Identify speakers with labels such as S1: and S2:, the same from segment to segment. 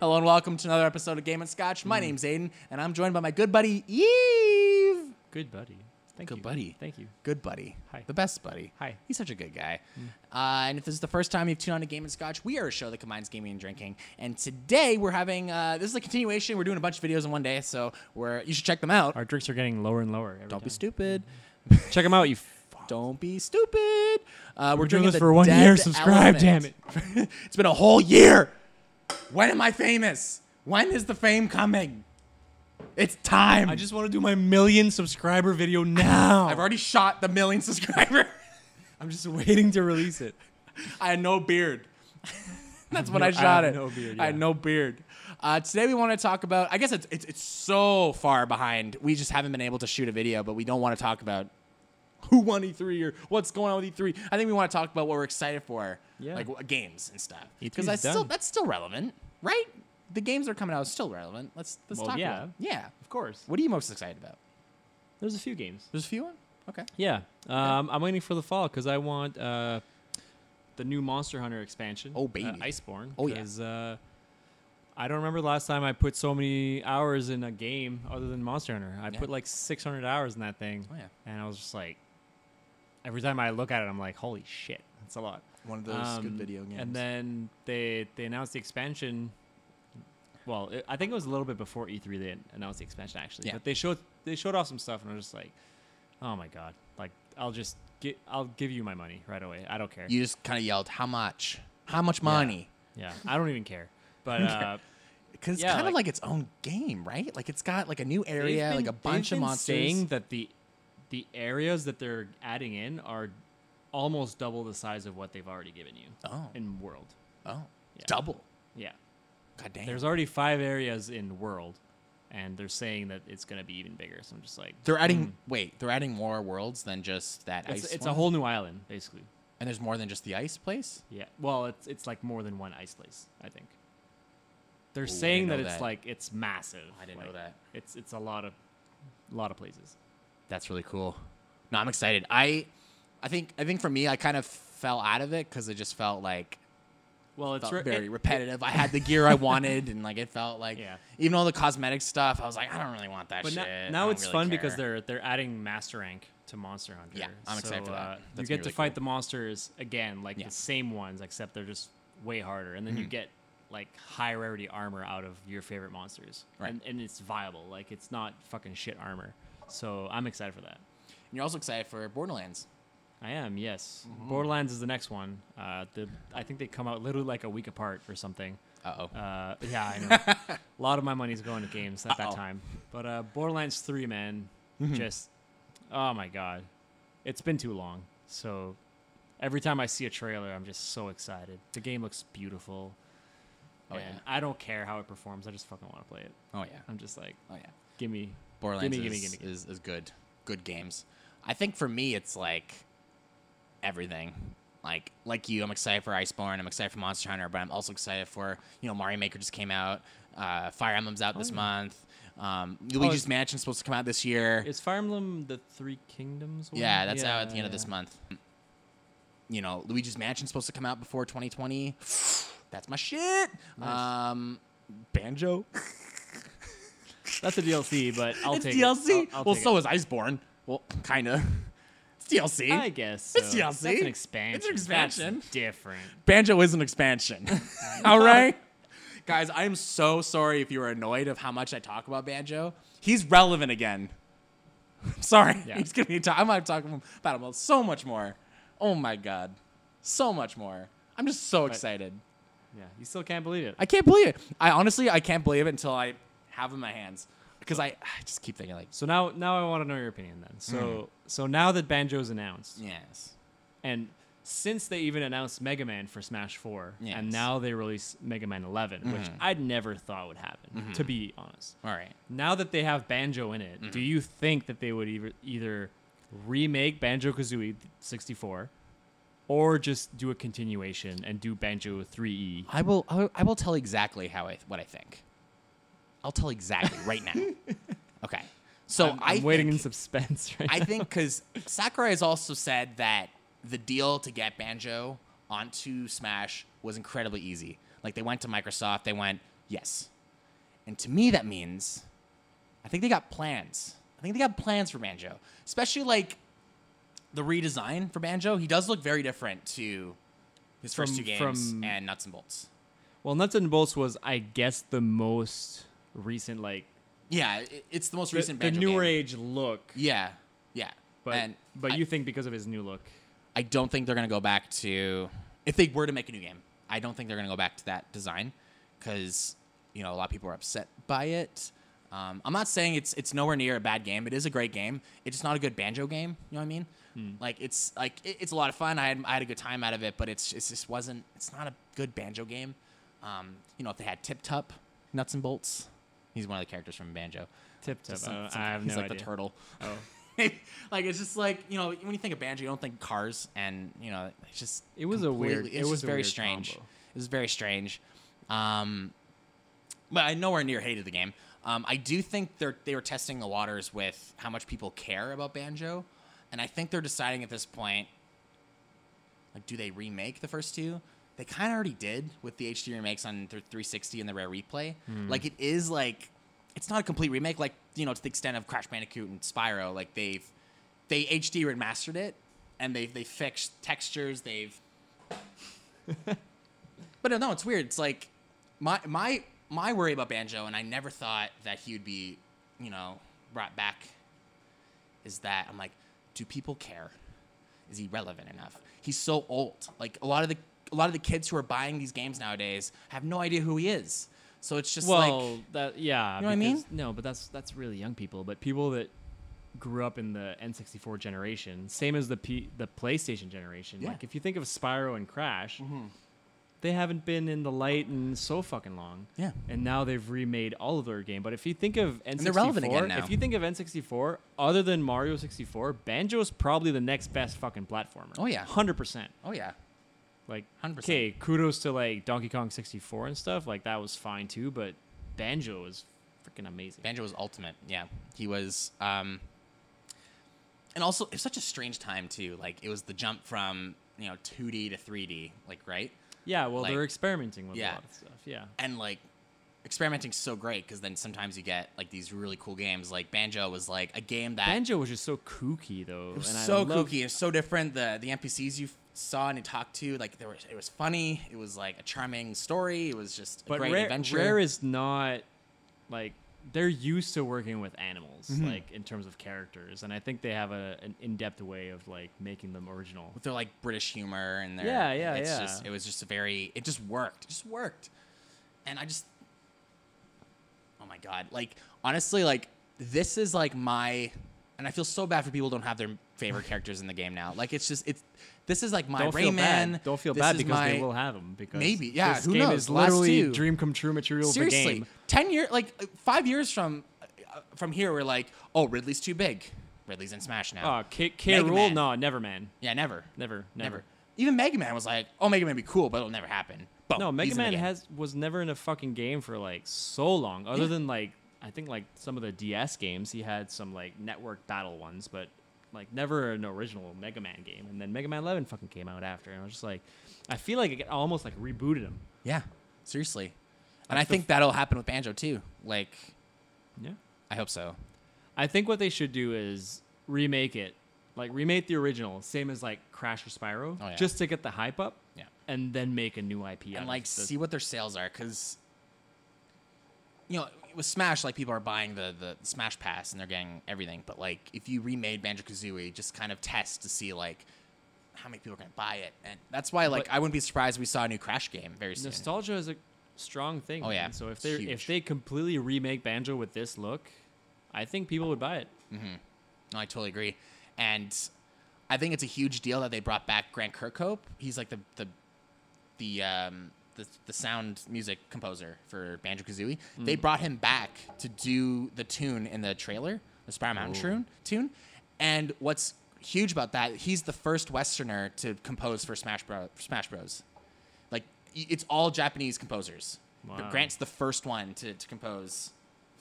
S1: Hello and welcome to another episode of Game and Scotch.
S2: Hmm.
S1: My name's Aiden, and I'm joined by my good buddy Eve.
S2: Good buddy. Thank
S1: Good
S2: you.
S1: buddy.
S2: Thank you.
S1: Good buddy.
S2: Hi.
S1: The best buddy.
S2: Hi. Hmm.
S1: He's such a good guy. Uh, and if this is the first time you've tuned on to Game and Scotch, we are a show that combines gaming and drinking. And today we're having uh, this is a continuation. We're doing a bunch of videos in one day, so we're you should check them out.
S2: Our drinks are Mm-hmm. getting lower and lower. Every
S1: Don't
S2: time.
S1: be stupid.
S2: Check them out. You. Fuck.
S1: Don't be stupid. Uh, we're,
S2: doing
S1: drinking
S2: this
S1: the
S2: for one
S1: Dead
S2: year. Subscribe,
S1: Element. it's been a whole year. When am I famous? When is the fame coming? It's time.
S2: I just want to do my million subscriber video now.
S1: I've already shot the million subscriber.
S2: Oh. I'm just waiting to release it.
S1: I had no beard. That's when
S2: No,
S1: I
S2: I
S1: shot
S2: have
S1: it.
S2: no beard,
S1: I had
S2: yeah.
S1: no beard. Uh, today we want to talk about. I guess it's, it's it's so far behind. We just haven't been able to shoot a video, but we don't want to talk about who won E3 or what's going on with E3. I think we want to talk about what we're excited for,
S2: Yeah.
S1: like what, games and stuff.
S2: E3
S1: Because
S2: 's
S1: that's still
S2: done.
S1: that's still relevant, right? The games that are coming out is still relevant. Let's let's
S2: Well,
S1: talk
S2: yeah.
S1: about. It. Yeah.
S2: Of course.
S1: What are you most excited about?
S2: There's a few games.
S1: There's a few. One? Okay.
S2: Yeah. Um, I'm waiting for the fall because I want uh, the new Monster Hunter expansion.
S1: Oh,
S2: uh,
S1: baby.
S2: Iceborne.
S1: Oh, yeah.
S2: 'cause, uh, I don't remember the last time I put so many hours in a game other than Monster Hunter. I
S1: Yeah.
S2: put like 600 hours in that thing.
S1: Oh, yeah.
S2: And I was just like, every time I look at it, I'm like, holy shit, that's a lot.
S1: One of those good
S2: Um,
S1: video games.
S2: And then they they announced the expansion. Well, it, I think it was a little bit before E3 they announced the expansion actually.
S1: Yeah.
S2: But they showed they showed off some stuff, and I was just like, oh my god, like I'll just get I'll give you my money right away. I don't care.
S1: you just kind of yelled, "How much? How much money?"
S2: yeah, I don't even care. But uh,
S1: Because it's
S2: Yeah,
S1: kind of
S2: like-
S1: like, its own game, right? Like it's got like a new area,
S2: they've
S1: Oh, like
S2: been-
S1: a bunch
S2: they've
S1: of
S2: been
S1: monsters.
S2: Saying that the the areas that they're adding in are almost double the size of what they've already given you
S1: Oh.
S2: in world.
S1: oh,
S2: Yeah.
S1: double.
S2: Yeah.
S1: God damn.
S2: There's already five areas in world, and they're saying that it's going to be even bigger. So I'm just like,
S1: they're adding. Wait, they're adding more worlds than just that
S2: Hmm. it's,
S1: ice.
S2: it's a
S1: one?
S2: whole new island basically.
S1: And there's more than just the ice place.
S2: Yeah. Well, it's it's like more than one ice place. I think. They're
S1: didn't
S2: saying
S1: know
S2: that it's
S1: that.
S2: like it's massive.
S1: I didn't
S2: like,
S1: know that.
S2: It's it's a lot of, lot of places.
S1: That's really cool. No, I'm excited. I, I think I think for me, I kind of fell out of it because it just felt like
S2: Well, it's
S1: felt
S2: re-
S1: very
S2: it-
S1: repetitive. I had the gear I wanted, and like it felt like
S2: Yeah.
S1: even all the cosmetic stuff. I was like, I don't really want that
S2: But
S1: shit.
S2: no-
S1: I
S2: now
S1: don't
S2: it's
S1: really
S2: fun because
S1: care."
S2: they're they're adding master rank to Monster Hunter.
S1: Yeah, I'm excited for that.
S2: uh,
S1: That's
S2: you
S1: gonna be
S2: get to
S1: really
S2: fight
S1: cool.
S2: the monsters again, like
S1: Yeah. Mm.
S2: the same ones, except they're just way harder. And then you get like high rarity armor out of your favorite monsters,
S1: Right.
S2: And, and it's viable. Like it's not fucking shit armor. So I'm excited for that.
S1: And you're also excited for Borderlands.
S2: I am, yes.
S1: Mm-hmm.
S2: Borderlands is the next one. Uh, the I think they come out literally like a week apart or something.
S1: Uh oh.
S2: Uh, yeah, I know. a lot of my money's going to games at
S1: Uh-oh.
S2: that time. But uh, Borderlands 3, man,
S1: Mm-hmm.
S2: just, oh my God. It's been too long. So every time I see a trailer, I'm just so excited. The game looks beautiful.
S1: Oh,
S2: and
S1: yeah.
S2: I don't care how it performs. I just fucking want to play it.
S1: Oh yeah.
S2: I'm just like,
S1: Oh yeah.
S2: give me.
S1: Borderlands
S2: gimme, gimme,
S1: is,
S2: gimme.
S1: is is good. Good games. I think for me it's like everything. Like like you, I'm excited for Iceborne, I'm excited for Monster Hunter, but I'm also excited for, you know, Mario Maker just came out, uh, Fire Emblem's out this
S2: Oh,
S1: month. Um, Luigi's
S2: is-
S1: Mansion's supposed to come out this year.
S2: Is Fire Emblem the Three Kingdoms one?
S1: Yeah, that's out at the end of
S2: yeah.
S1: this month. You know, Luigi's Mansion's supposed to come out before 2020. That's my shit.
S2: Nice.
S1: Um, Banjo.
S2: That's a DLC, but I'll
S1: it's
S2: take
S1: DLC.
S2: it. I'll, I'll
S1: well,
S2: take
S1: so is Iceborne. Well, kind of. It's DLC.
S2: it. I guess. So.
S1: It's DLC.
S2: That's
S1: It's an
S2: an expansion.
S1: expansion.
S2: That's different.
S1: Banjo is an expansion. All right? Guys, I am so sorry if you were annoyed of how much I talk about Banjo. He's relevant again. I'm sorry.
S2: Yeah.
S1: He's going to be ta- I'm going to talk about him so much more. Oh my god. So much more. I'm just so excited.
S2: Yeah, you still can't believe it.
S1: I can't believe it. I honestly I can't believe it until I have it in my hands because I, I just keep thinking like
S2: So now, now I want to know your opinion then. So,
S1: Mm-hmm.
S2: so now that Banjo's announced,
S1: yes.
S2: and since they even announced Mega Man for Smash Four,
S1: Yes. Mm-hmm.
S2: and now they release Mega Man 11, which I never thought would happen, to be honest.
S1: All right.
S2: Now that they have Banjo in it,
S1: Mm-hmm.
S2: do you think that they would either, either remake Banjo Kazooie 64, or just do a continuation and do Banjo E? 3E?
S1: I will. I will- I will tell exactly how I what I think. I'll tell exactly right now. Okay. So
S2: I'm,
S1: I
S2: I'm waiting in
S1: think,
S2: suspense right
S1: I
S2: now.
S1: think because Sakurai has also said that the deal to get Banjo onto Smash was incredibly easy. Like they went to Microsoft, they went, Yes. And to me, that means I think they got plans. I think they got plans for Banjo, especially like the redesign for Banjo. He does look very different to his first
S2: From-
S1: two games
S2: from-
S1: and Nuts and Bolts.
S2: Well, Nuts and Bolts was, I guess, the most recent like
S1: Yeah, it, it's the most
S2: the,
S1: recent
S2: the
S1: Banjo
S2: newer
S1: game.
S2: age look.
S1: Yeah, yeah.
S2: But
S1: and
S2: but
S1: I-
S2: you think because of his new look,
S1: I don't think they're going to go back to if they were to make a new game. I don't think they're going to go back to that design because you know a lot of people are upset by it. Um, I'm not saying it's it's nowhere near a bad game. It is a great game. It's just not a good banjo game. You know what I mean?
S2: Hmm.
S1: Like it's like it, it's a lot of fun. I had I had a good time out of it, but it's it's just wasn't. It's not a good banjo game. Um, you know if they had Tip Tup, Nuts and Bolts, he's one of the characters from Banjo.
S2: tip tip.
S1: Just some-
S2: I, don't-
S1: some-
S2: I have
S1: he's
S2: no
S1: like
S2: idea.
S1: the turtle.
S2: Oh.
S1: like it's just like you know when you think of banjo, you don't think cars, and you know it's just
S2: It was a weird-
S1: completely-
S2: it
S1: It's
S2: was
S1: just
S2: a
S1: very
S2: weird
S1: strange.
S2: combo.
S1: It was very strange. Um, but I nowhere near hated the game. Um, I do think they're they were testing the waters with how much people care about banjo, and I think they're deciding at this point, like, do they remake the first two? They kind of already did with the HD remakes on th- 360 and the Rare Replay.
S2: Hmm.
S1: Like it is like it's not a complete remake. Like you know to the extent of Crash Bandicoot and Spyro, like they've they HD remastered it and they they fixed textures. They've but uh, no, it's weird. It's like my my my worry about Banjo, and I never thought that he would be, you know, brought back. Is that I'm like, do people care? Is he relevant enough? He's so old. Like a lot of the a lot of the kids who are buying these games nowadays have no idea who he is. So it's just
S2: Well,
S1: like
S2: that yeah.
S1: You know what I mean?
S2: because- No, but that's that's really young people. But people that grew up in the N64 generation, same as the P, the PlayStation generation.
S1: Yeah. Mm-hmm.
S2: Like if you think of Spyro and Crash, they haven't been in the light in so fucking long.
S1: Yeah.
S2: And now they've remade all of their game. But if you think of N64,
S1: they're relevant again now.
S2: if you think of N64, other than Mario 64, Banjo's probably the next best fucking platformer.
S1: Oh, yeah.
S2: 100%.
S1: oh yeah,
S2: Like
S1: 100%.
S2: okay, kudos to like Donkey Kong 64 and stuff. Like that was fine too, but Banjo is freaking amazing.
S1: Banjo was ultimate. Yeah, he was. Um, and also, it was such a strange time too. Like it was the jump from you know 2D to 3D. Like right.
S2: yeah, well
S1: like-
S2: they're experimenting with
S1: yeah.
S2: a lot of stuff. Yeah.
S1: and like experimenting's so great because then sometimes you get like these really cool games like banjo was like a game that
S2: Banjo was just so kooky though.
S1: was
S2: and
S1: so
S2: I love,
S1: kooky it's so different the the npcs you f- saw and you talked to like there was it was funny it was like a charming story it was just a
S2: But
S1: great
S2: Rare,
S1: adventure
S2: Rare is not like they're used to working with animals,
S1: Mm-hmm.
S2: like in terms of characters, and I think they have a, an in-depth way of like making them original.
S1: with their like British humor and their
S2: Yeah, yeah,
S1: it's
S2: yeah.
S1: Just, it was just a very it just worked, it just worked, and I just oh my god, like honestly, like this is like my and I feel so bad for people who don't have their favorite characters in the game now. Like it's just it's this is like my
S2: Don't feel
S1: Rayman.
S2: bad. Don't feel
S1: this
S2: bad
S1: is
S2: because
S1: my-
S2: they will have them. Because
S1: Maybe, yeah,
S2: This
S1: who
S2: game
S1: knows?
S2: is
S1: Last
S2: literally
S1: two.
S2: dream come true material of the
S1: seriously
S2: game.
S1: ten year like uh, five years from uh, from here we're like oh Ridley's too big, Ridley's in Smash now.
S2: Oh, K, K
S1: Mega
S2: rule?
S1: Man.
S2: No, never man.
S1: yeah, never,
S2: Never, never.
S1: never. Even Mega Man was like, oh Mega Man would be cool, but it'll never happen. Boom,
S2: No, Mega
S1: Oh, he's in the
S2: Man
S1: game.
S2: has was never in a fucking game for like so long. Other
S1: Yeah.
S2: than like I think like some of the DS games, he had some like network battle ones, but like never an original Mega Man game. And then Mega Man 11 fucking came out after, and I was just like, I feel like it almost like rebooted him.
S1: Yeah, seriously. And
S2: That's
S1: I
S2: the
S1: think that'll happen with Banjo too. Like,
S2: Yeah.
S1: I hope so.
S2: I think what they should do is remake it, like remake the original, same as like Crash or Spyro,
S1: Oh, yeah.
S2: just to get the hype up.
S1: Yeah.
S2: And then make a new IP out
S1: and like,
S2: of the-
S1: see what their sales are, because you know, with Smash, like people are buying the the Smash Pass and they're getting everything. But like, if you remade Banjo Kazooie, just kind of test to see like how many people are gonna buy it, and that's why like
S2: But-
S1: I wouldn't be surprised if we saw a new Crash game very soon.
S2: nostalgia is a strong thing.
S1: Oh,
S2: man.
S1: yeah.
S2: So if
S1: It's
S2: they
S1: huge.
S2: if they completely remake Banjo with this look, I think people would buy it.
S1: No, I totally agree. And I think it's a huge deal that they brought back Grant Kirkhope. He's like the the the um the, the sound music composer for Banjo Kazooie. They brought him back to do the tune in the trailer, the Spire Mountain tune, tune. And what's huge about that, he's the first Westerner to compose for Smash Bros. Smash Bros. Like y- it's all Japanese composers.
S2: Wow.
S1: But Grant's the first one to, to compose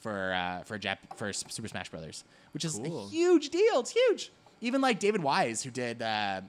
S1: for uh, for Jap- for S- Super Smash Brothers, which is
S2: Cool.
S1: a huge deal. It's huge. Even like David Wise, who did uh,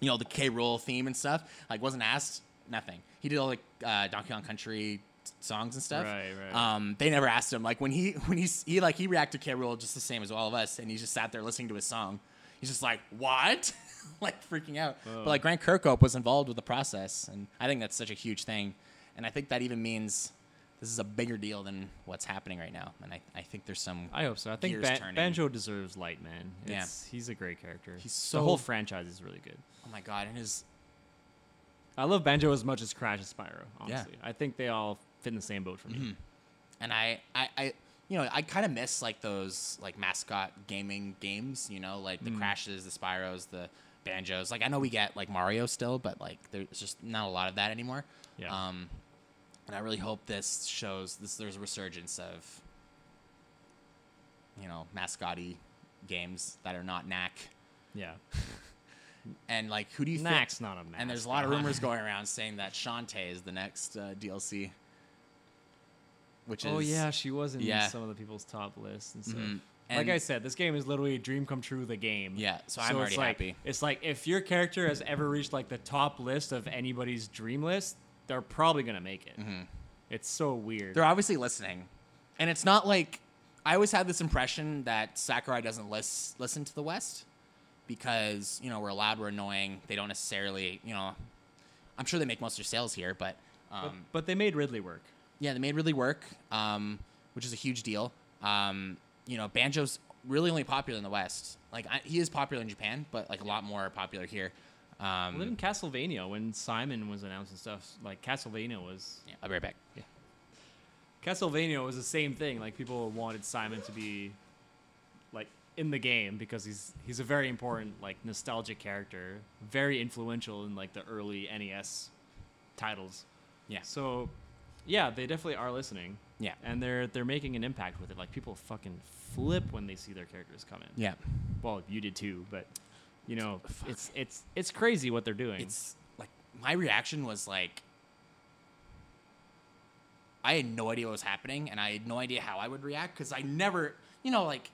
S1: you know the K. Rool theme and stuff, like wasn't asked nothing. He did all like uh, Donkey Kong Country songs and stuff.
S2: Right, right.
S1: Um, they never asked him. Like when he when he's he like he reacted to K. Rule just the same as all of us, and he just sat there listening to his song. He's just like, what? like freaking out. But like Grant Kirkhope was involved with the process, and I think that's such a huge thing. And I think that even means this is a bigger deal than what's happening right now. And I, I think there's some
S2: I hope so. I think
S1: Gears
S2: Ban-
S1: turning.
S2: Banjo deserves light, man.
S1: Yeah.
S2: It's, he's a great character.
S1: He's
S2: the whole
S1: so-
S2: franchise is really good.
S1: oh my god, and his
S2: I love Banjo as much as Crash and Spyro. Honestly, I think they all fit in the same boat for me.
S1: Mm-hmm. and I, I, I you know, I kind of miss like those like mascot gaming games. You know, like the
S2: Mm.
S1: crashes, the Spyros, the banjos. Like I know we get like Mario still, but like there's just not a lot of that anymore.
S2: Yeah.
S1: Um, and I really hope this shows this. There's a resurgence of you know mascotty games that are not knack
S2: Yeah,
S1: and like who do you think?
S2: Knack's not a mask.
S1: And there's a lot of
S2: huh?
S1: rumors going around saying that Shantae is the next uh, DLC, which is
S2: Oh yeah, she was in
S1: Yeah.
S2: some of the people's top lists and stuff.
S1: Mhm.
S2: like
S1: And-
S2: I said, this game is literally a dream come true. The game.
S1: Yeah, so I'm already
S2: it's like,
S1: happy.
S2: It's like if your character has ever reached like the top list of anybody's dream list, they're probably gonna make it. It's so weird.
S1: Mm-hmm. they're obviously listening, and it's not like I always had this impression that Sakurai doesn't lis- listen to the West because you know we're loud, we're annoying. They don't necessarily, you know, I'm sure they make most of their sales here, but
S2: but,
S1: um,
S2: but they made Ridley work.
S1: yeah, they made really work, um, which is a huge deal. Um, you know, banjo's really only popular in the West. Like I, he is popular in Japan, but like a lot more popular here. Um,
S2: Well, even Castlevania, when Simon was announcing stuff, like Castlevania was
S1: yeah, I'll be right back.
S2: Castlevania was the same thing. Like people wanted Simon to be like in the game because he's he's a very important like nostalgic character, very influential in like the early NES titles.
S1: Yeah.
S2: So yeah, they definitely are listening.
S1: Yeah.
S2: And they're they're making an impact with it. Like people fucking flip when they see their characters come in.
S1: Yeah.
S2: Well, you did too, but you know, it's it's it's crazy what they're doing.
S1: it's like my reaction was like I had no idea what was happening and I had no idea how I would react because I never you know like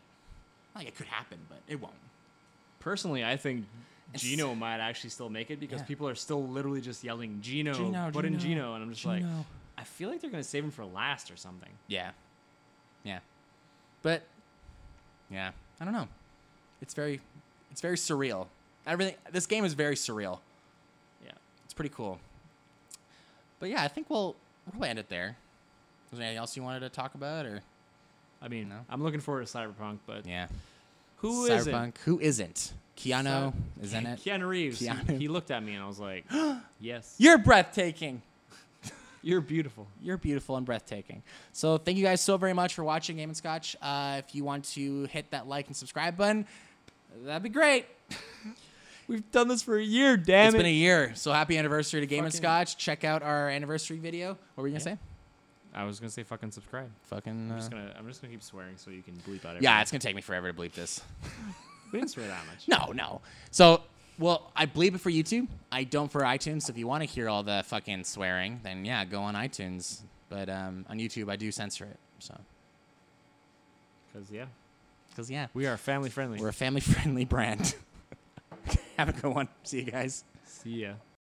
S1: like it could happen but it won't
S2: Personally, I think
S1: It's-
S2: Gino might actually still make it because
S1: Yeah.
S2: people are still literally just yelling Gino,
S1: Gino,
S2: put in
S1: Gino,
S2: Gino, and I'm just like,
S1: Gino.
S2: I feel like they're gonna save him for last or something.
S1: yeah yeah but yeah I don't know it's very it's very surreal everything this game is very surreal
S2: Yeah,
S1: it's pretty cool but yeah I think we'll we'll end it there was there anything else you wanted to talk about or
S2: I mean,
S1: No.
S2: I'm looking forward to Cyberpunk, but
S1: yeah
S2: who is it?
S1: Cyberpunk who isn't Keanu
S2: Cy-
S1: is in it
S2: Keanu Reeves. He- He,
S1: Keanu.
S2: looked at me and I was like, "Yes,
S1: You're breathtaking.
S2: you're beautiful."
S1: You're beautiful and breathtaking. So thank you guys so very much for watching Game and Scotch. Uh, if you want to hit that like and subscribe button, that'd be great.
S2: We've done this for a year, damn
S1: it's
S2: it.
S1: been a year, so happy anniversary to Game and
S2: Fucking-
S1: Scotch. Check out our anniversary video. What were you gonna
S2: Yeah.
S1: say?
S2: I was gonna say fucking subscribe.
S1: Fucking.
S2: I'm just
S1: uh,
S2: gonna I'm just gonna keep swearing so you can bleep out.
S1: yeah, it's
S2: everything.
S1: gonna take me forever to bleep this.
S2: we didn't swear that much.
S1: No, no. So, well, I bleep it for YouTube. I don't for iTunes. So if you want to hear all the fucking swearing, then yeah, go on iTunes. But um, on YouTube, I do censor it. So,
S2: Because yeah,
S1: because yeah,
S2: we are family friendly.
S1: We're a family friendly brand. Have a good one. See you guys.
S2: See ya.